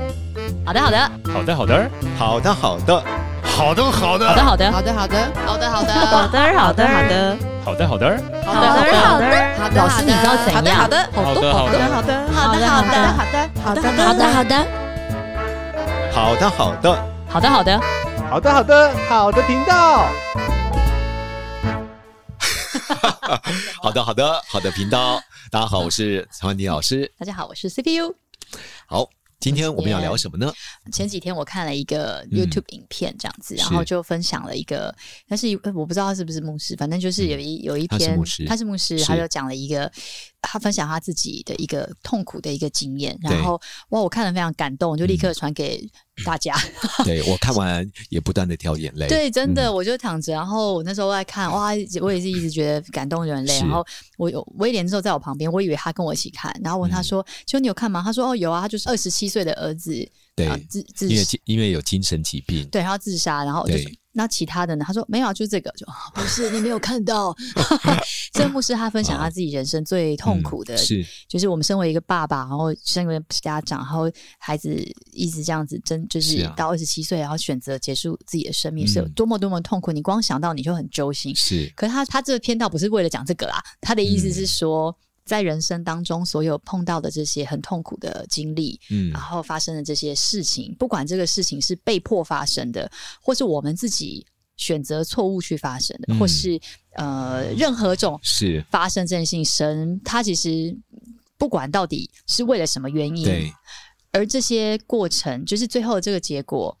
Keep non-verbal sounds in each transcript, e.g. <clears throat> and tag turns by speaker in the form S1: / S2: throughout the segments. S1: 好的，好的，
S2: 好的，好的，
S3: 好的，好的，好的，好的，好的，
S4: 好的，好的，好的，好的，好的，好的，
S5: 好的，好的，
S6: 好的，好的，好的，好的，好的
S1: 好的，
S6: 老师，你知道怎
S2: 好的，
S6: 样？
S2: 好的，
S6: 好的，
S4: 好
S6: 好
S4: 的
S6: 的，
S3: 好的，
S6: 好的，好的，
S1: 好的，好的，
S6: 好的，好
S5: 好的，好
S6: 的，
S5: 的，
S7: 好
S6: 好的，好的，
S7: 的，好的，好的频道。
S5: 好的，好的，好的频道。大家好，我是曹万迪老师。
S6: 大家好，我是 CPU。
S5: 好，今天我们要聊什
S6: <laughs>
S5: 么呢？
S6: 前几天我看了一个
S5: 嗯
S6: YouTube 影片，这样子，然
S5: 是
S6: 后就分享了一个，但是呃我不知道他是不是牧师，反正就是有一、有一
S5: 嗯他是
S6: 篇
S5: 牧师
S6: 他是牧师，
S5: 是
S6: 他就讲了一个他分享他自己的一个痛苦的一个经验，
S5: 对
S6: 然后哇，我看了非常感动，我就立刻传给大家。
S5: 对我看完也不断的掉眼泪。
S6: 对，真的，
S5: 嗯
S6: 我就躺着，然后我那时候在看，哇，我也是一直觉得感动流眼泪。
S5: 是
S6: 然后我有威廉之后在我旁边，我以为他跟我一起看，然后问
S5: 嗯
S6: 他说：“就你有看吗？”他说：“哦，有啊，他就是二十七岁的儿子，
S5: 对
S6: 啊自自
S5: 因为因为有精神疾病，嗯
S6: 对，然后自杀，然后我就说
S5: 对
S6: 那其他的呢？他说没有啊，就这个，就、啊不是你没有看
S5: <laughs>
S6: 到。 <laughs> 这牧师他分享他自己人生最痛苦的，
S5: 哦嗯是
S6: 就是我们身为一个爸爸，然后身为家长，然后孩子一直这样子争，就是是
S5: 啊
S6: 到二十七岁，然后选择结束自己的生命，是有
S5: 嗯
S6: 多么多么痛苦。你光想到你就很揪心。
S5: 是，
S6: 可是他他这篇倒不是为了讲这个啦，他的意思是
S5: 嗯
S6: 说，在人生当中所有碰到的这些很痛苦的经历，
S5: 嗯
S6: 然，后发生的这些事情，不管这个事情是被迫发生的，或是我们自己选择错误去发生的，
S5: 嗯
S6: 或是呃任何种
S5: 是，
S6: 发生这件事情，神他其实不管到底是为了什么原因
S5: 对，，
S6: 而这些过程就是最后这个结果。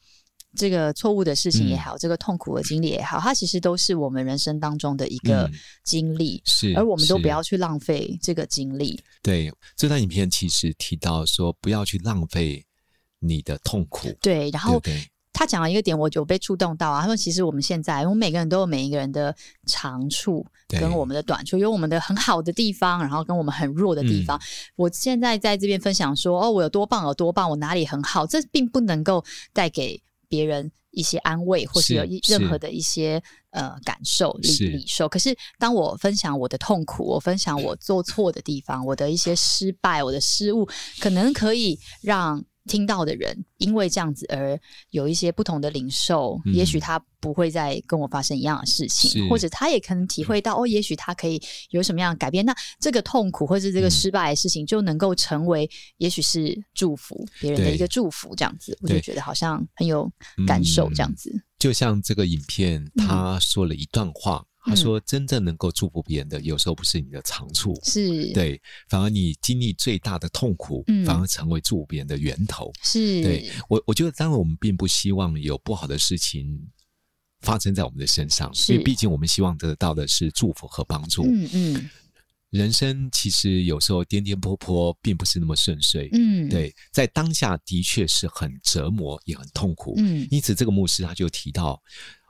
S6: 这个错误的事情也
S5: 嗯
S6: 好，这个痛苦的经历也好，它其实都是我们人生当中的一个
S5: 嗯
S6: 经历，
S5: 是。
S6: 而我们都
S5: 是
S6: 不要去浪费这个经历。
S5: 对这段影片其实提到说，不要去浪费你的痛苦，
S6: 对，然
S5: 对
S6: 后
S5: 不对？
S6: 他讲了一个点，我有被触动到啊。他说，其实我们现在，我们每个人都有每一个人的长处
S5: 对
S6: 跟我们的短处，有我们的很好的地方，然后跟我们很弱的地
S5: 嗯
S6: 方。我现在在这边分享说，哦，我有多棒，有多棒，我哪里很好，这并不能够带给别人一些安慰，或
S5: 是
S6: 是有一
S5: 是
S6: 任何的一些呃感受、
S5: 是
S6: 理理受。可是，当我分享我的痛苦，我分享我做错的地方，我的一些失败，我的失误，可能可以让听到的人因为这样子而有一些不同的领受，
S5: 嗯
S6: 也许他不会再跟我发生一样的事情，
S5: 是嗯
S6: 或者他也可能体会到、哦，也许他可以有什么样的改变。那这个痛苦或是这个
S5: 嗯
S6: 失败的事情，就能够成为也许是祝福别人的
S5: 对
S6: 一个祝福，这样子，我
S5: 对嗯
S6: 就觉得好像很有感受，这样子。
S5: 就像这个影片，
S6: 嗯
S5: 他说了一段话，他说：“真正能够祝福别人的，有时候不是你的长处，
S6: 是，，
S5: 对，反而你经历最大的痛苦，
S6: 嗯
S5: 反而成为祝福别人的源头。
S6: 是，
S5: 对我，我觉得当然我们并不希望有不好的事情发生在我们的身上，
S6: 是
S5: 因为毕竟我们希望得到的是祝福和帮助。
S6: 嗯嗯
S5: 人生其实有时候颠颠簸簸，并不是那么顺遂。
S6: 嗯，，
S5: 对，在当下的确是很折磨，也很痛苦。
S6: 嗯
S5: 因此，这个牧师他就提到，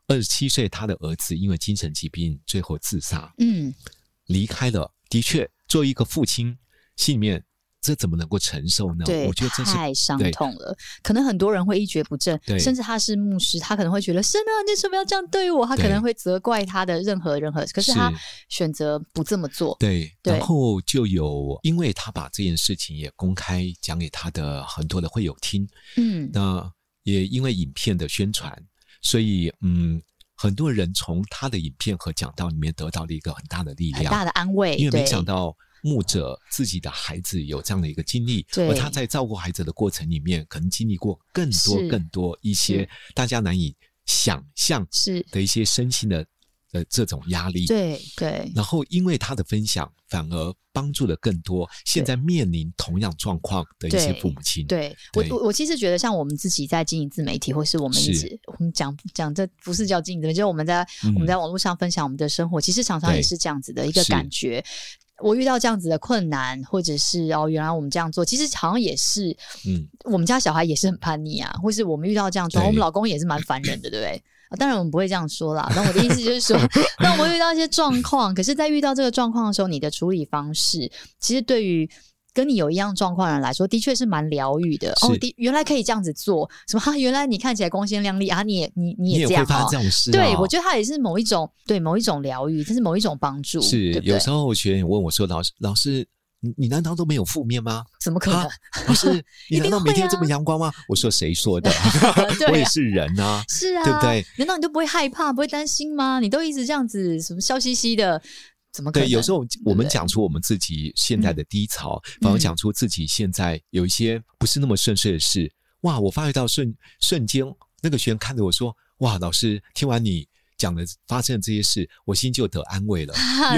S5: 二十七岁他的儿子因为精神疾病最后自杀，
S6: 嗯，
S5: 离开了。的确，作为一个父亲，心里面这怎么能够承受呢？
S6: 对，
S5: 我觉得这是
S6: 太伤
S5: 对
S6: 痛了。可能很多人会一蹶不振
S5: 对，
S6: 甚至他是牧师，他可能会觉得神啊，你为什么要这样对我？他可
S5: 对
S6: 能会责怪他的任何任何，可是他选择不这么做。
S5: 对。
S6: 对
S5: 然后就有，因为他把这件事情也公开讲给他的很多的会友听，
S6: 嗯，
S5: 那也因为影片的宣传，所以嗯，很多人从他的影片和讲道里面得到了一个很大的力
S6: 很
S5: 量。
S6: 大的安慰，
S5: 因为
S6: 对，
S5: 没想到牧者自己的孩子有这样的一个经历，
S6: 对
S5: 而他在照顾孩子的过程里面，可能经历过更多
S6: 是
S5: 更多一些
S6: 是
S5: 大家难以想象
S6: 是，
S5: 的一些身心的呃这种压力。
S6: 对对
S5: 然后，因为他的分享，反而帮助了更多现在面临同样状况的一些
S6: 对
S5: 父母亲。
S6: 对。我
S5: 对
S6: 我我其实觉得，像我们自己在经营自媒体，或是我们一
S5: 是
S6: 直我们讲讲这不是叫经营自媒体，就是我们在
S5: 嗯
S6: 我们在网络上分享我们的生活，其实常常
S5: 对
S6: 也是这样子的一个
S5: 是
S6: 感觉。我遇到这样子的困难，或者是哦，原来我们这样做，其实好像也是
S5: 嗯，
S6: 我们家小孩也是很叛逆啊，或是我们遇到这样状况，
S5: 对
S6: 我们老公也是蛮烦人的，对不对？啊当然我们不会这样说啦。那我的意思就
S5: <laughs>
S6: 是说，那我们遇到一些状况，可是，在遇到这个状况的时候，你的处理方式，其实对于跟你有一样状况的人来说，的确是蛮疗愈的。哦
S5: 是，
S6: 的原来可以这样子做，什么、啊、原来你看起来光鲜亮丽啊，你也你你
S5: 你也
S6: 这
S5: 会
S6: 样
S5: 发
S6: 哦
S5: 生。这种事、啊。
S6: 对，我觉得它也是某一种对某一种疗愈，这是某一种帮助，
S5: 是
S6: 对不
S5: 有
S6: 对
S5: 时候学员问我说：“老师，老师，你你难道都没有负面吗？
S6: 怎么可能？
S5: 啊老
S6: <laughs>
S5: 师，你
S6: 一
S5: 难
S6: 定
S5: 道每
S6: 会
S5: 天
S6: 啊
S5: 这么阳光吗？我说谁说的？
S6: <laughs> 对啊
S5: 我也是人啊。
S6: 是啊，
S5: 对不对？
S6: 难道你都不会害怕、不会担心吗？你都一直这样子，什么笑嘻嘻的，怎么可能？
S5: 对，有时
S6: 候
S5: 候我们
S6: 对
S5: 讲出我们自己现在的低潮，
S6: 嗯
S5: 反而讲出自己现在有一些不是那么顺遂的事。哇，我发觉到瞬瞬间，那个学员看着我说：“哇，老师，听完你讲的发生的这些事，我心就得安慰了。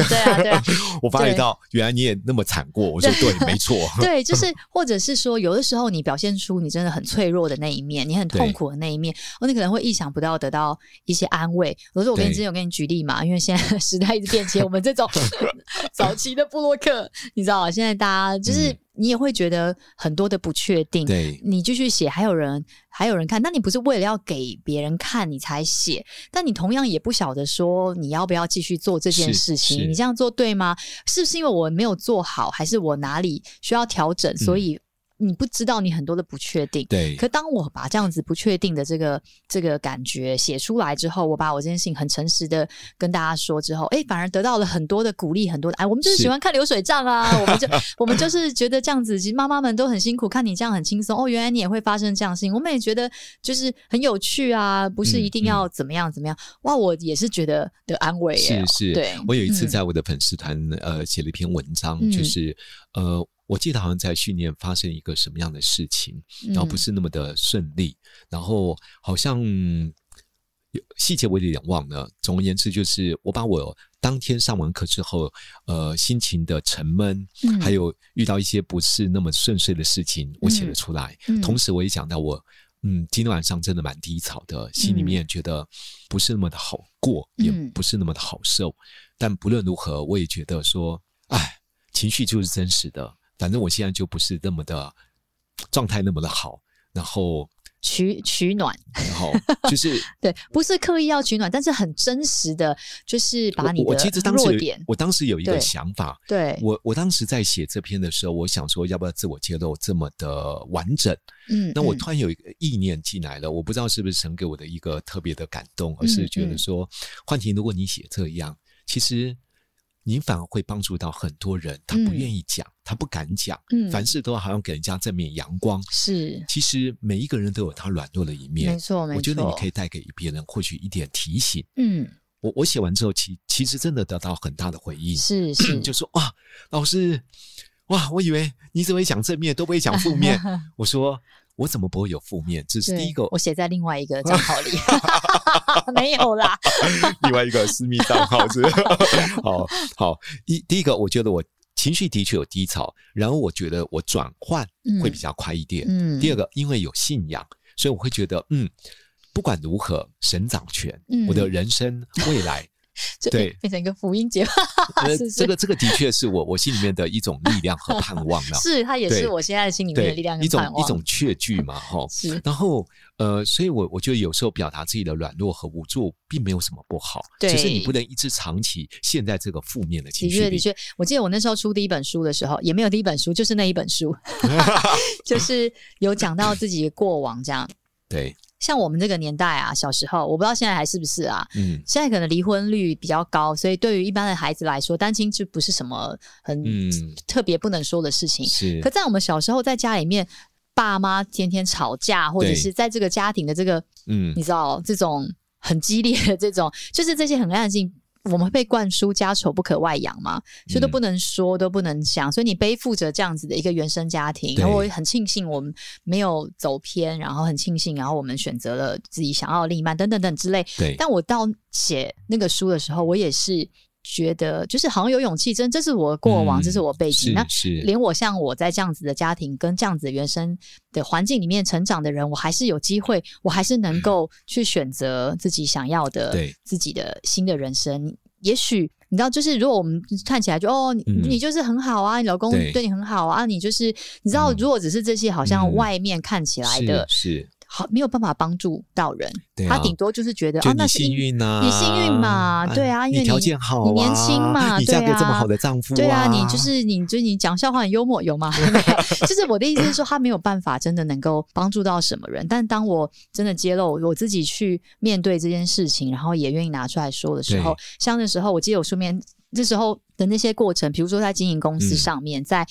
S6: 对啊，
S5: <laughs>
S6: 对啊，
S5: 我发觉
S6: 对
S5: 到原来你也那么惨过。”我说：“对，没错。
S6: <laughs> 对，就是或者是说，有的时候你表现出你真的很脆弱的那一面，你很痛苦的那一面，哦，你可能会意想不到得到一些安慰。我说我跟你
S5: 对
S6: 之前有跟你举例嘛，因为现在时代一直
S5: <laughs>
S6: 变迁，我们这种 <laughs> 早期的布洛克，你知道啊，现在大家就是
S5: 嗯
S6: 你也会觉得很多的不确定。
S5: 对
S6: 你继续写，还有人还有人看，但你不是为了要给别人看你才写，但你同样也不晓得说你要不要继续做这件
S5: 是是
S6: 事情，你这样做对吗？是不是因为我没有做好，还是我哪里需要调整？
S5: 嗯
S6: 所以你不知道你很多的不确定。
S5: 对
S6: 可当我把这样子不确定的这个这个感觉写出来之后，我把我这件事情很诚实的跟大家说之后，哎，反而得到了很多的鼓励，很多的哎，我们就是
S5: 是
S6: 喜欢看流水账啊，我们就我们就是觉得这样子，其实妈妈们都很辛苦，看你这样很轻松哦，原来你也会发生这样的事情，我们也觉得就是很有趣啊，不是
S5: 嗯
S6: 一定要怎么样怎么样，哇，我也是觉得的安慰耶
S5: 是，是，
S6: 对
S5: 我有一次
S6: 嗯
S5: 在我的粉丝团呃写了一篇文章，
S6: 嗯
S5: 就是呃，我记得好像在训练发生一个什么样的事情，然后不
S6: 嗯
S5: 是那么的顺利，然后好像嗯有细节我有点忘了。总而言之，就是我把我当天上完课之后，呃，心情的沉闷，
S6: 嗯
S5: 还有遇到一些不是那么顺遂的事情，我写了出来。
S6: 嗯
S5: 同时，我也讲到我。嗯，今天晚上真的蛮低潮的，心里
S6: 嗯
S5: 面觉得不是那么的好过，
S6: 嗯
S5: 也不是那么的好受。但不论如何，我也觉得说，哎，情绪就是真实的。反正我现在就不是那么的状态那么的好，然后，
S6: 取取暖，
S5: 然
S6: <laughs>
S5: 后就是
S6: 对，不是刻意要取暖，但是很真实的，就是把
S5: 我
S6: 你
S5: 我
S6: 的
S5: 其实当时
S6: 弱
S5: 有
S6: 点，
S5: 我当时有一个
S6: 对
S5: 想法，
S6: 对，
S5: 我我当时在写这篇的时候，我想说要不要自我揭露这么的完整？
S6: 嗯，
S5: 那我
S6: 嗯
S5: 突然有一个意念进来了，我不知道是不是神给我的一个特别的感动，而是觉
S6: 嗯
S5: 得
S6: 嗯
S5: 说，幻婷，如果你写这样，其实你反而会帮助到很多人，他不
S6: 嗯
S5: 愿意讲，他不敢讲，
S6: 嗯
S5: 凡事都好像给人家正面阳光。
S6: 是
S5: 其实每一个人都有他软弱的一
S6: 没
S5: 面，
S6: 错，没错，
S5: 我觉得你可以带给别人或许一点提醒。
S6: 嗯，
S5: 我我写完之后，其其实真的得到很大的回应，
S6: 是是，
S5: <clears throat> 就说哇，老师，哇，我以为你只会讲正面，都不会讲负
S6: <laughs>
S5: 面。我说我怎么不会有负面？这是
S6: 对
S5: 第一个，
S6: 我写在另外一个
S5: <laughs>
S6: 账号里，没有啦，
S5: 另外一个私密账号是。 <laughs> 好好，一第一个，我觉得我情绪的确有低潮，然后我觉得我转换会比较快一点。
S6: 嗯，
S5: 第二
S6: 个，
S5: 个，因为有信仰，所以我会觉得，嗯，不管如何，神掌权，
S6: 嗯
S5: 我的人生未来，
S6: 这
S5: 对
S6: 变成一个福音节目，
S5: 呃，
S6: <laughs> 是是，
S5: 这个这个的确是我我心里面的一种力量和盼望啊了
S6: 是它也
S5: 对
S6: 是我现在心里面
S5: 对
S6: 的力量，
S5: 一
S6: 跟
S5: 种
S6: 盼望，
S5: 一种确据嘛，哈。
S6: 是
S5: 然后，呃，所以我我觉得有时候表达自己的软弱和无助，并没有什么不好，
S6: 对
S5: 只是你不能一直长期陷在这个负面的情
S6: 的
S5: 绪
S6: 确，
S5: 里。
S6: 的确，我记得我那时候出第一本书的时候，也没有第一本书，就是那一
S5: <laughs>
S6: 本书，就是有讲到自己的过往这样。
S5: 对，
S6: 像我们这个年代啊，小时候我不知道现在还是不是啊，
S5: 嗯，
S6: 现在可能离婚率比较高，所以对于一般的孩子来说，单亲就不是什么很
S5: 嗯
S6: 特别不能说的事情。
S5: 是
S6: 可在我们小时候，在家里面，爸妈天天吵架，或者
S5: 对
S6: 是在这个家庭的这个，
S5: 嗯
S6: 你知道这种很激烈的这种，就是这些很暗性。我们会被灌输家丑不可外扬嘛，所以都
S5: 嗯
S6: 不能说，都不能想，所以你背负着这样子的一个原生家庭，
S5: 对
S6: 然后我也很庆幸我们没有走偏，然后很庆幸，然后我们选择了自己想要的另一半等等等之类，
S5: 对，
S6: 但我到写那个书的时候，我也是觉得，就是好像有勇气，真这是我的过往，
S5: 嗯
S6: 这是我背景。
S5: 是
S6: 那
S5: 是
S6: 连我像我在这样子的家庭跟这样子的原生的环境里面成长的人，我还是有机会，我还是能够去选择自己想要的，
S5: 嗯对
S6: 自己的新的人生。也许你知道，就是如果我们看起来就哦，你、
S5: 嗯
S6: 你就是很好啊，你老公
S5: 对
S6: 对你很好啊，你就是你知道，
S5: 嗯
S6: 如果只是这些好像
S5: 嗯
S6: 外面看起来的
S5: 是，是，
S6: 好没有办法帮助到人，
S5: 对
S6: 他
S5: 啊
S6: 顶多就是觉得
S5: 就
S6: 哦，那
S5: 你
S6: 是
S5: 幸
S6: 因
S5: 运呐、
S6: 你幸运嘛
S5: 啊
S6: 对啊因为
S5: 你条
S6: 你
S5: 件好、啊，
S6: 你年轻嘛
S5: 你嫁
S6: 对
S5: 给这么
S6: 啊
S5: 好的丈夫、
S6: 对啊，
S5: 啊，
S6: 你就是你，就是你讲笑话很幽默，有吗？ <laughs> 就是我的意思是说，他没有办法真的能够帮助到什么人。但当我真的揭露我自己去面对这件事情，然后也愿意拿出来说的时候
S5: 对，
S6: 像那时候我记得我书面，这时候的那些过程，比如说在经营公司
S5: 嗯
S6: 上面，在呃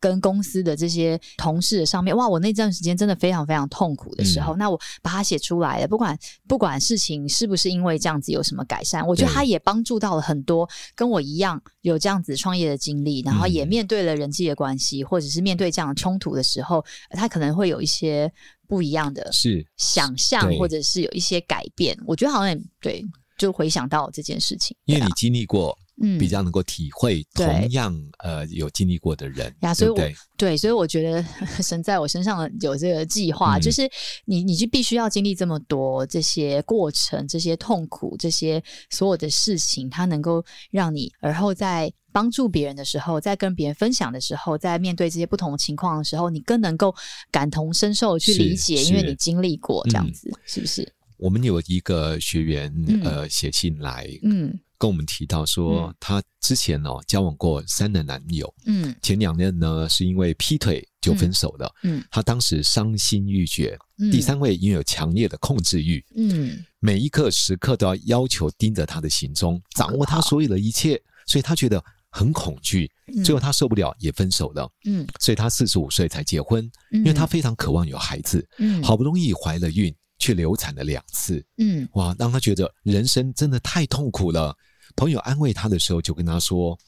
S6: 跟公司的这些同事上面，哇，我那段时间真的非常非常痛苦的时
S5: 嗯
S6: 候，那我把它写出来了，不管不管事情是不是因为这样子有什么改善，我觉得
S5: 对
S6: 它也帮助到了很多跟我一样有这样子创业的经历，然后也
S5: 嗯
S6: 面对了人际的关系，或者是面对这样的冲突的时候，呃他可能会有一些不一样的
S5: 是
S6: 想象，
S5: 对
S6: 或者是有一些改变。我觉得好像也对，就回想到这件事情，
S5: 因为
S6: 对
S5: 你
S6: 啊
S5: 经历过，
S6: 嗯
S5: 比较能够体会
S6: 对
S5: 同样呃有经历过的人，
S6: 呀所
S5: 对
S6: 以
S5: 不对？
S6: 对，所以我觉得 <laughs> 神在我身上有这个计划，
S5: 嗯
S6: 就是你你就必须要经历这么多这些过程、这些痛苦、这些所有的事情，它能够让你而后在帮助别人的时候，在跟别人分享的时候，在面对这些不同的情况的时候，你更能够感同身受地去理
S5: 是
S6: 解，
S5: 是
S6: 因为你经历过这样
S5: 嗯
S6: 子，是不是？
S5: 我们有一个学员
S6: 嗯
S5: 呃写信来
S6: 嗯
S5: 跟我们提到说
S6: 嗯，
S5: 她之前哦交往过三任男友，
S6: 嗯
S5: 前两任呢是因为劈腿就分手的，
S6: 嗯
S5: 她当时伤心欲绝。
S6: 嗯，
S5: 第三位因为有强烈的控制欲，
S6: 嗯
S5: 每一刻时刻都要要求盯着他的行踪，掌握他所有的一切，所以他觉得很恐惧，
S6: 嗯
S5: 最后他受不了也分手了，
S6: 嗯，
S5: 所以他四十五岁才结婚，
S6: 因
S5: 因为他非常渴望有孩子，
S6: 嗯
S5: 好不容易怀了孕，却流产了两次，
S6: 嗯
S5: 哇，让他觉得人生真的太痛苦了。朋友安慰他的时候，就跟他说：“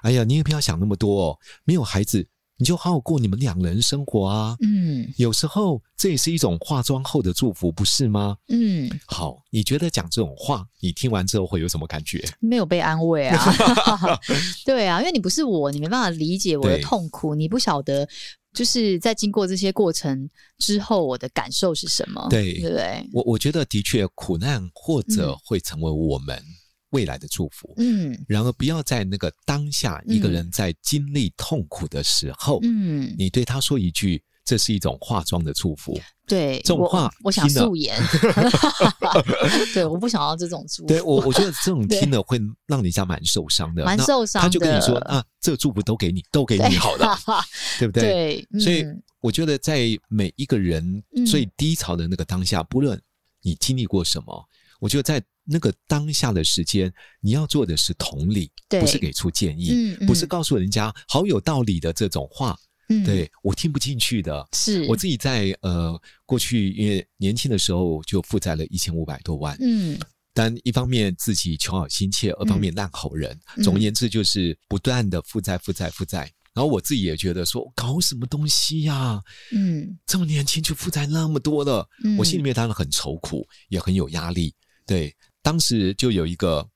S5: 哎呀，你也不要想那么多哦，没有孩子，你就好好过你们两人生活啊。
S6: 嗯
S5: 有时候这也是一种化妆后的祝福，不是吗？
S6: 嗯，
S5: 好，你觉得讲这种话，你听完之后会有什么感觉？
S6: 没有被安慰啊，
S5: <laughs>
S6: <laughs> 对啊，因为你不是我，你没办法理解我的
S5: 对
S6: 痛苦，你不晓得就是在经过这些过程之后，我的感受是什么，
S5: 对
S6: 对不对？
S5: 我我觉得的确，苦难或者
S6: 嗯
S5: 会成为我们未来的祝福。
S6: 嗯
S5: 然而，不要在那个当下，
S6: 嗯
S5: 一个人在经历痛苦的时候，
S6: 嗯，
S5: 你对他说一句。这是一种化妆的祝福，
S6: 对，
S5: 这种
S6: 我
S5: 话
S6: 我想
S5: 听了 <laughs>
S6: 素颜， <laughs> 对，我不想要这种祝福，
S5: 对我我觉得这种
S6: <laughs> 对
S5: 听了会让人家蛮受伤的，
S6: 蛮
S5: 那
S6: 受伤
S5: 他就跟你说
S6: 的
S5: 啊，这祝福都给
S6: <laughs>
S5: 你，都给
S6: 对
S5: 你好了，对不对？
S6: 对，
S5: 所以
S6: 嗯
S5: 我觉得在每一个人
S6: 嗯
S5: 最低潮的那个当下，不论你经历过什么，我觉得在那个当下的时间，你要做的是同理，
S6: 对
S5: 不是给出建议，
S6: 嗯，
S5: 不是
S6: 嗯
S5: 告诉人家好有道理的这种话，
S6: 嗯
S5: 对我听不进去的。
S6: 是
S5: 我自己在呃过去，因为年轻的时候就负债了一千五百多万，
S6: 嗯
S5: 但一方面自己求好心切，二方面烂好人。
S6: 嗯
S5: 总而言之，就是不断的负债、负债、负债。然后我自己也觉得说，搞什么东西呀、
S6: 嗯
S5: 这么年轻就负债那么多了，
S6: 嗯，
S5: 我心里面当然很愁苦，也很有压力。对，当时就有一个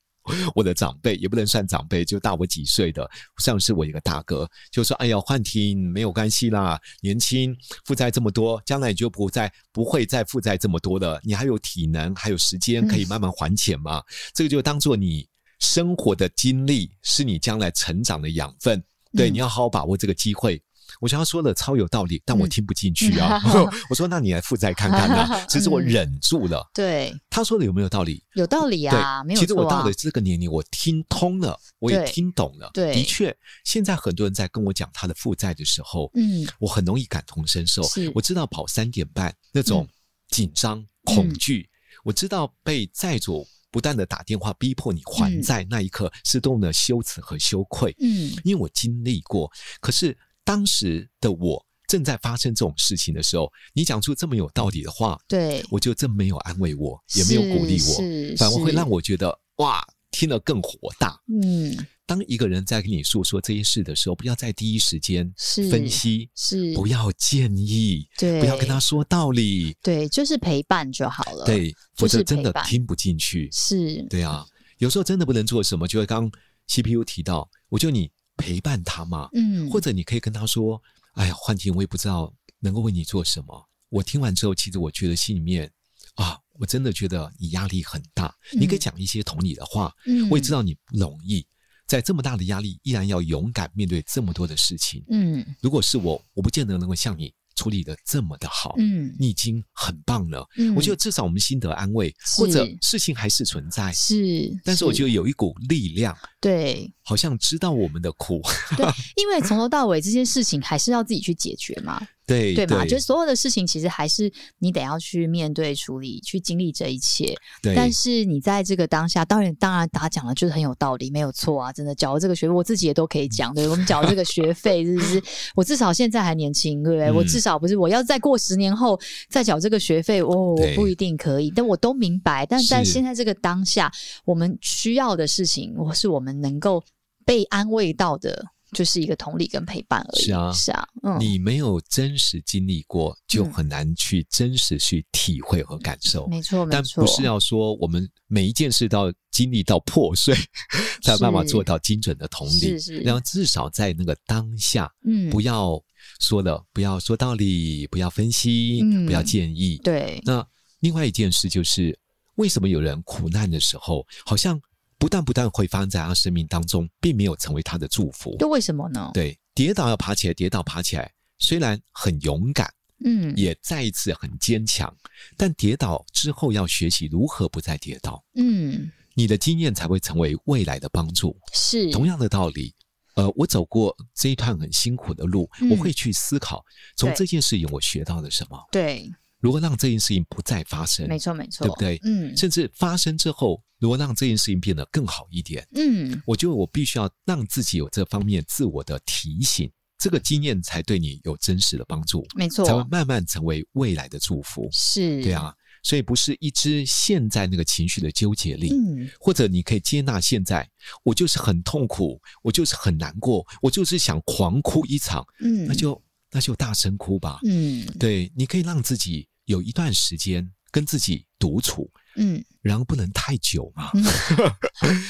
S5: 我的长辈，也不能算长辈，就大我几岁的，上次我一个大哥就说：“哎呀，幻听没有关系啦，年轻负债这么多，将来你就不再不会再负债这么多的，你还有体能，还有时间
S6: 嗯
S5: 可以慢慢还钱嘛。这个就当做你生活的经历，是你将来成长的养分。对，
S6: 嗯
S5: 你要好好把握这个机会。”我觉得他说的超有道理，但我
S6: 嗯
S5: 听不进去
S6: <laughs>
S5: 啊！我说：“那你来负债看看啊！”其实
S6: 嗯
S5: 我忍住了。
S6: 对
S5: 他说的有没有道理？
S6: 有道理啊，
S5: 对
S6: 没有
S5: 其实我
S6: 错啊
S5: 到了这个年龄，我听通了，我也
S6: 对
S5: 听懂了。
S6: 对
S5: 的确，现在很多人在跟我讲他的负债的时候，
S6: 嗯
S5: 我很容易感同身受
S6: 是。嗯
S5: 我知道跑三点半那种紧张、恐惧，我知道被债主不断的打电话逼迫你还债那一刻是多么的羞耻和羞愧，
S6: 嗯
S5: 因为我经历过。可是当时的我正在发生这种事情的时候，你讲出这么有道理的话，
S6: 对，
S5: 我就真没有安慰我，也没有鼓励我，
S6: 是
S5: 反而会让
S6: 我
S5: 我觉得哇，听了更火大。
S6: 嗯
S5: 当一个人在跟你诉说这些事的时候，不要在第一时间
S6: 是
S5: 分析，
S6: 是
S5: 不要建议，
S6: 对
S5: 不要跟他说道理，
S6: 对，就是陪伴就好了。，
S5: 对，否
S6: 就是
S5: 则真的
S6: 陪伴
S5: 听不进去。
S6: 是
S5: 对啊，有时候真的不能做什么，就会刚刚 CPU 提到，我就你陪伴他嘛，
S6: 嗯，
S5: 或者你可以跟他说：“哎呀，幻听，我也不知道能够为你做什么。”我听完之后，其实我觉得心里面啊，我真的觉得你压力很大。你可以
S6: 嗯
S5: 讲一些同理的话，
S6: 嗯
S5: 我也知，道你不容易，在这么大的压力，依然要勇敢面对这么多的事情。
S6: 嗯
S5: 如果是我，我不见得能够像你处理的这么的好。
S6: 嗯
S5: 你已经很棒了，
S6: 嗯，
S5: 我觉得至少我们心得安慰，或者
S6: 是
S5: 事情还是存在，
S6: 是，
S5: 但是我觉
S6: 得
S5: 得有一股力量，
S6: 对
S5: 好像知道我们的苦， <laughs>
S6: 对，因为从头到尾这些事情还是要自己去解决嘛。
S5: 对
S6: 对嘛？就是所有的事情，其实还是你得要去面对、处理、去经历这一切。
S5: 对
S6: 但是你在这个当下，当然，当然，他讲的就是很有道理，没有错啊！真的，缴了这个学费，我自己也都可以讲，对我们缴了这个学费，是不是？我至少现在还年轻，对不对？
S5: 嗯
S6: 我至少不是，我要再过十年后再缴这个学费，哦，我
S5: 对
S6: 不一定可以。但我都明白，但在
S5: 是
S6: 现在这个当下，我们需要的事情，我是我们能够被安慰到的。就是一个同理跟陪伴而已，
S5: 是啊
S6: 是啊，嗯，
S5: 你没有真实经历过，就很难去真实去体会和感受。
S6: 没错，没
S5: 但
S6: 错，
S5: 不是要说我们每一件事都要经历到破碎， <laughs> 才有办法
S6: 是
S5: 做到精准的同理
S6: 是。是
S5: 然后至少在那个当下，
S6: 嗯，
S5: 不要说了，不要说道理，不要分析，
S6: 嗯
S5: 不要建议。
S6: 对，
S5: 那另外一件事就是，为什么有人苦难的时候，好像不但不但会发生在他生命当中，并没有成为他的祝福？
S6: 就为什么呢？
S5: 对，跌倒要爬起来，跌倒爬起来，虽然很勇敢，
S6: 嗯
S5: 也再一次很坚强，但跌倒之后要学习如何不再跌倒，
S6: 嗯，
S5: 你的经验才会成为未来的帮助。
S6: 是，
S5: 同样的道理。呃，我走过这一段很辛苦的路，
S6: 嗯
S5: 我会去思考，从
S6: 对
S5: 这件事情我学到了什么，
S6: 对，
S5: 如何让这件事情不再发生，
S6: 没错，没错，
S5: 对不对？
S6: 嗯
S5: 甚至发生之后，如何让这件事情变得更好一点？
S6: 嗯，
S5: 我觉得我必须要让自己有这方面自我的提醒，这个经验才对你有真实的帮助，
S6: 没错
S5: 才，会慢慢成为未来的祝福。
S6: 是，
S5: 对，啊，所以不是一直陷在那个情绪的纠结里，
S6: 嗯，
S5: 或者你可以接纳现在，我就是很痛苦，我就是很难过，我就是想狂哭一场，
S6: 嗯，
S5: 那就那就大声哭吧。
S6: 嗯
S5: 对，你可以让自己有一段时间跟自己独处，
S6: 嗯，
S5: 然后不能太久嘛。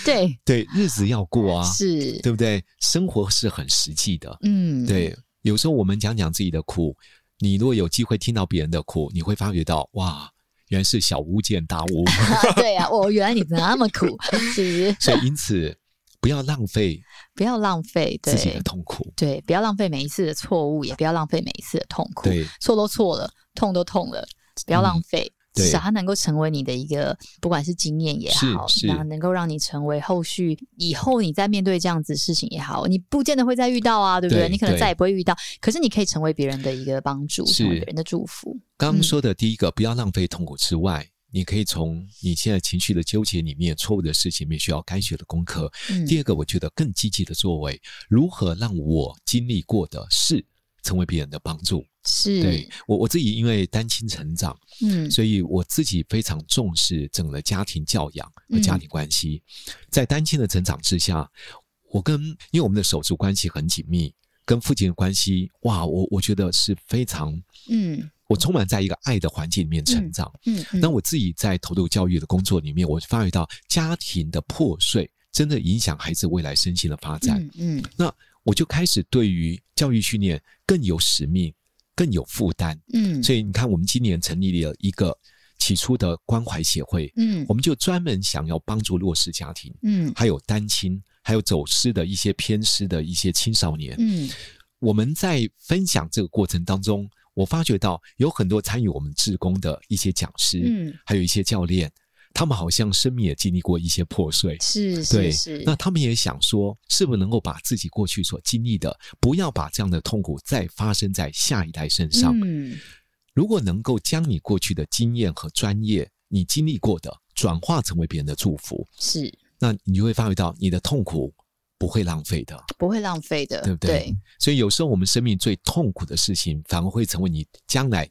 S6: 对，
S5: 对，日子要过啊，
S6: 嗯是，
S5: 对不对？生活是很实际的。
S6: 嗯，，
S5: 对，有时候我们讲讲自己的苦，你如果有机会听到别人的苦，你会发觉到哇，原来是小巫见大
S6: <laughs>
S5: 巫。
S6: 对啊，我原来你那么苦，是不是？
S5: 所以因此，不要浪费
S6: 不要浪费，
S5: 自己的
S6: 对。
S5: 痛苦。
S6: 对，不要浪费每一次的错误，也不要浪费每一次的痛苦。
S5: 对，
S6: 错都错了，痛都痛了，不要浪费。
S5: 嗯对
S6: 至少它能够成为你的一个，不管是经验也好
S5: 是，是
S6: 然后能够让你成为后续以后你在面对这样子的事情也好，你不见得会再遇到啊，对不
S5: 对
S6: 对？你可能
S5: 对
S6: 再也不会遇到，可是你可以成为别人的一个帮助，
S5: 是
S6: 成为别人的祝福。
S5: 刚刚说的第一个，不要浪费痛苦之外，你可以从你现在情绪的纠结里面、错误的事情里面学到该学的功课。
S6: 嗯，
S5: 第二个，我觉得更积极的作为，如何让我经历过的事成为别人的帮助。
S6: 是
S5: 对，我我自己因为单亲成长，
S6: 嗯
S5: 所以我自己非常重视整个家庭教养
S6: 嗯
S5: 和家庭关系。在单亲的成长之下，我跟因为我们的手足关系很紧密，跟父亲的关系，哇，我我觉得是非常，
S6: 嗯
S5: 我充满在一个爱的环境里面成长。
S6: 嗯嗯，
S5: 那我自己在投入教育的工作里面，我发觉到家庭的破碎真的影响孩子未来身心的发展。
S6: 嗯嗯
S5: 我就开始对于教育训练更有使命，更有负担。
S6: 嗯，
S5: 所
S6: 以
S5: 以你看，我们今年成立了一个起初的关怀协会，
S6: 嗯
S5: 我们就专门想要帮助弱势家庭，
S6: 嗯
S5: 还有单亲，还有走失的一些偏失的一些青少年。
S6: 嗯
S5: 我们在分享这个过程当中，我发觉到有很多参与我们志工的一些讲师，
S6: 嗯
S5: 还有一些教练，他们好像生命也经历过一些破碎。
S6: 是
S5: 对
S6: 是是，
S5: 那他们也想说，是不是能够把自己过去所经历的，不要把这样的痛苦再发生在下一代身上？
S6: 嗯
S5: 如果能够将你过去的经验和专业，你经历过的，转化成为别人的祝福，
S6: 是
S5: 那你就会发觉到你的痛苦不会浪费的。
S6: 不会浪费的，
S5: 对不对所以有时候我们生命最痛苦的事情，反而会成为你将来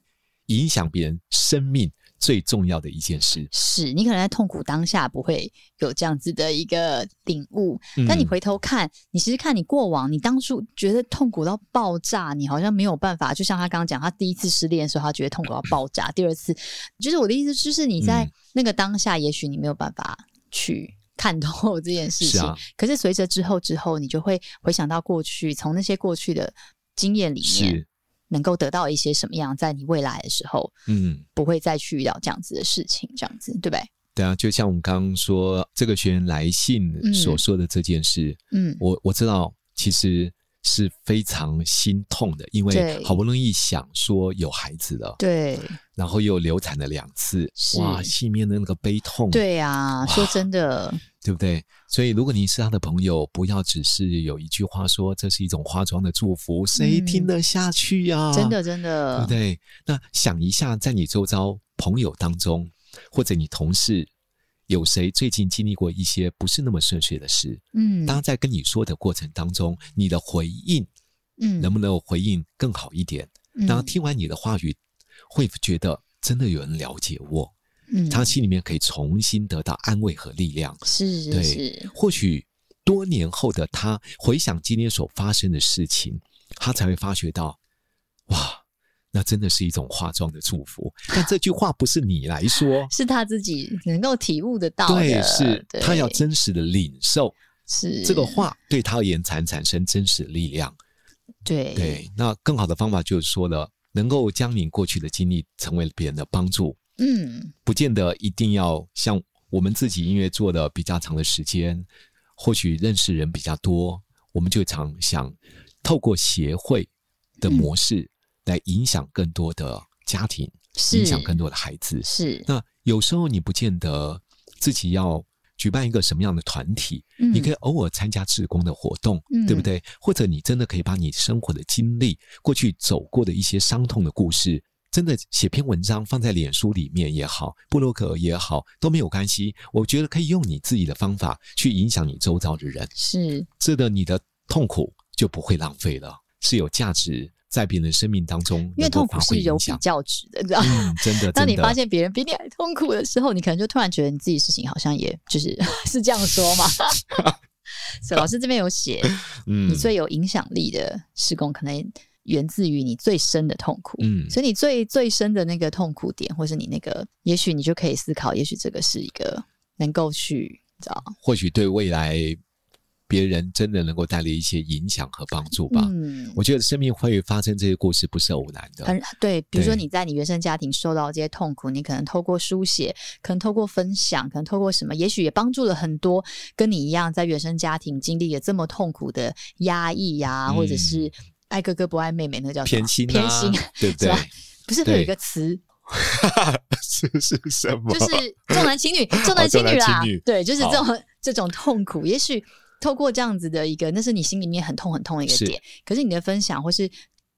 S5: 影响别人生命最重要的一件事。
S6: 是你可能在痛苦当下不会有这样子的一个领悟，
S5: 嗯
S6: 但你回头看，你其实看你过往，你当初觉得痛苦到爆炸，你好像没有办法。就像他刚刚讲，他第一次失恋的时候，他觉得痛苦到爆炸；第二次，就是我的意思，就是你在
S5: 嗯
S6: 那个当下，也许你没有办法去。看透这件事
S5: 是
S6: 情，
S5: 啊
S6: 可是随着之后之后，你就会回想到过去，从那些过去的经验里面，
S5: 是，
S6: 能够得到一些什么样，在你未来的时候
S5: 嗯，
S6: 不会再去遇到这样子的事情，这样子对不对？
S5: 对啊，就像我们刚刚说这个学员来信
S6: 嗯
S5: 所说的这件事，
S6: 嗯，
S5: 我我知道，其实是非常心痛的，因为
S6: 对
S5: 好不容易想说有孩子了，
S6: 对
S5: 然后又流产了两次
S6: 是，
S5: 哇，心里面的那个悲痛，，
S6: 对啊，说真的，
S5: 对不对？所以如果你是他的朋友，不要只是有一句话说这是一种化妆的祝福，谁
S6: 嗯
S5: 听得下去呀、
S6: 真的
S5: 啊
S6: 真
S5: 对
S6: 的
S5: 不，对？那想一下，在你周遭朋友当中，或者你同事，有谁最近经历过一些不是那么顺遂的事？
S6: 嗯
S5: 当他在跟你说的过程当中，你的回应
S6: 嗯，
S5: 能不能回应更好一点？
S6: 嗯
S5: 当他听完你的话语，会觉得真的有人了解我，
S6: 嗯
S5: 他心里面可以重新得到安慰和力量。
S6: 是是
S5: 对
S6: 是，，
S5: 或许多年后的他回想今天所发生的事情，他才会发觉到，哇，那真的是一种化妆的祝福。但这句话不是你来说
S6: <laughs> 是他自己能够体悟得到的，
S5: 对，是
S6: 对
S5: 他要真实的领受
S6: 是
S5: 这个话，对他而言才产生真实的力量。
S6: 对
S5: 对，那更好的方法就是说了，能够将你过去的经历成为别人的帮助，
S6: 嗯
S5: 不见得一定要像我们自己音乐做的比较长的时间，或许认识人比较多，我们就常想透过协会的模式来影响更多的家庭，
S6: 是
S5: 影响更多的孩子。
S6: 是
S5: 那有时候你不见得自己要举办一个什么样的团体，
S6: 嗯
S5: 你可以偶尔参加志工的活动，
S6: 嗯
S5: 对不对？或者你真的可以把你生活的经历、过去走过的一些伤痛的故事，真的写篇文章放在脸书里面也好，布洛格也好，都没有关系。我觉得可以用你自己的方法去影响你周遭的人，
S6: 是
S5: 这个你的痛苦就不会浪费了，是有价值在别人生命当中
S6: 因
S5: 能
S6: 为
S5: 够
S6: 痛苦
S5: 发挥
S6: 是有
S5: 影
S6: 比
S5: 响。
S6: 较值的，你知道吗。
S5: 嗯，真的，
S6: <laughs> 当
S5: 真
S6: 你
S5: 的
S6: 发现别人比你还痛苦的时候，你可能就突然觉得你自己事情好像也就是 <laughs> 是这样说
S5: <laughs>
S6: 嘛。所以老师这边有写，
S5: 嗯，
S6: 你最有影响力的施工可能源自于你最深的痛苦，
S5: 嗯
S6: 所以你最最深的那个痛苦点，或是你那个，也许你就可以思考，也许这个是一个能够去，你知道
S5: 或许对未来别人真的能够带来一些影响和帮助吧。
S6: 嗯，
S5: 我觉得生命会发生这些故事不是偶然的，
S6: 很对，比如说
S5: 对
S6: 你在你原生家庭受到这些痛苦，你可能透过书写，可能透过分享，可能透过什么，也许也帮助了很多跟你一样在原生家庭经历了这么痛苦的压抑呀、
S5: 嗯
S6: 或者是爱哥哥不爱妹妹，那个叫什么
S5: 偏心、啊，
S6: 偏心， <laughs>
S5: 对不对
S6: 是吧？不是会有一
S5: 对
S6: 个词，
S5: <laughs> 是是什么？
S6: 就是重男轻女，重男轻女
S5: 哦重
S6: 啦
S5: 男轻女，
S6: 对，就是这种 <laughs> 这种痛苦，也许透过这样子的一个，那是你心里面很痛很痛的一个
S5: 是
S6: 点。可是你的分享或是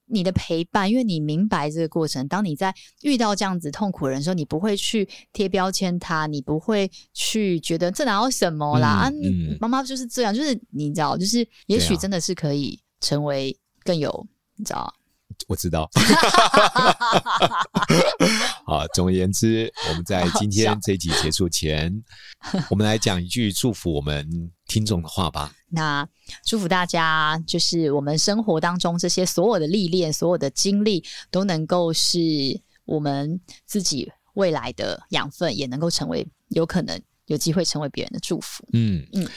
S6: 你的陪伴，因为你明白这个过程，当你在遇到这样子痛苦的人的时候，你不会去贴标签他，你不会去觉得这哪有什么
S5: 嗯
S6: 啦，啊，
S5: 嗯
S6: 妈妈就是这样，就是你知道，就是也许
S5: 对啊
S6: 真的是可以成为更有，你知道，
S5: <laughs> 我知
S6: <laughs>
S5: 道。好，总而言之，我们在今天这一集结束
S6: <laughs>
S5: 前，我们来讲一句祝福我们听众的话吧。
S6: 那祝福大家，就是我们生活当中这些所有的历练、所有的经历，都能够是我们自己未来的养分，也能够成为有可能有机会成为别人的祝福。
S5: 嗯
S6: 嗯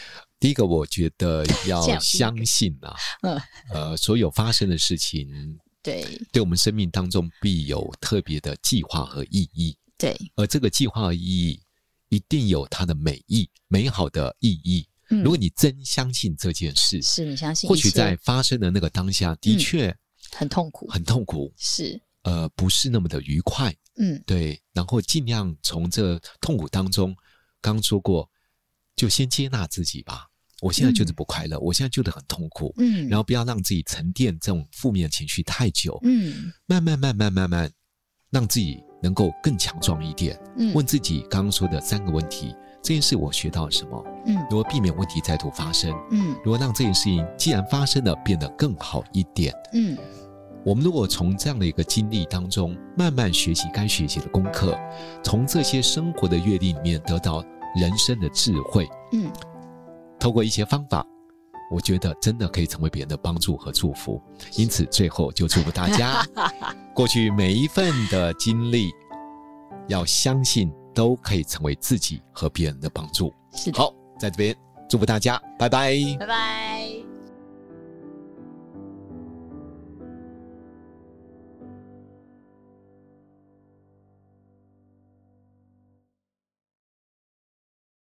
S5: 第一个我觉得
S6: <laughs> 这
S5: 要
S6: 样第一个
S5: 相信啊，
S6: 嗯
S5: 呃，所有发生的事情，
S6: 对
S5: 对我们生命当中必有特别的计划和意义，
S6: 对，
S5: 而这个计划和意义一定有它的美意、美好的意义。
S6: 嗯
S5: 如果你真相信这件事，
S6: 是嗯你相信
S5: 或
S6: 一
S5: 许
S6: 切
S5: 在发生的那个当下，的确
S6: 很痛苦，
S5: 很痛苦，
S6: 是
S5: 呃，不是那么的愉快，
S6: 嗯
S5: 对。然后尽量从这痛苦当中，刚刚说过，就先接纳自己吧。我现在就是不快乐，我现在觉得很痛苦，
S6: 嗯，
S5: 然
S6: 后
S5: 后不要让自己沉淀这种负面情绪太久，
S6: 嗯
S5: 慢慢慢慢慢慢，让自己能够更强壮一点。
S6: 嗯
S5: 问自己刚刚说的三个问题：这件事我学到了什么？
S6: 嗯
S5: 如何避免问题再度发生？
S6: 嗯
S5: 如何让这件事情既然发生了，变得更好一点？
S6: 嗯
S5: 我们如果从这样的一个经历当中，慢慢学习该学习的功课，从这些生活的阅历里面得到人生的智慧，
S6: 嗯，
S5: 透过一些方法，我觉得真的可以成为别人的帮助和祝福。因此，最后就祝福大家，过去每一份的经历，要相信都可以成为自己和别人的帮助。
S6: 是的，
S5: 好，在这边祝福大家，拜拜。
S6: 拜拜。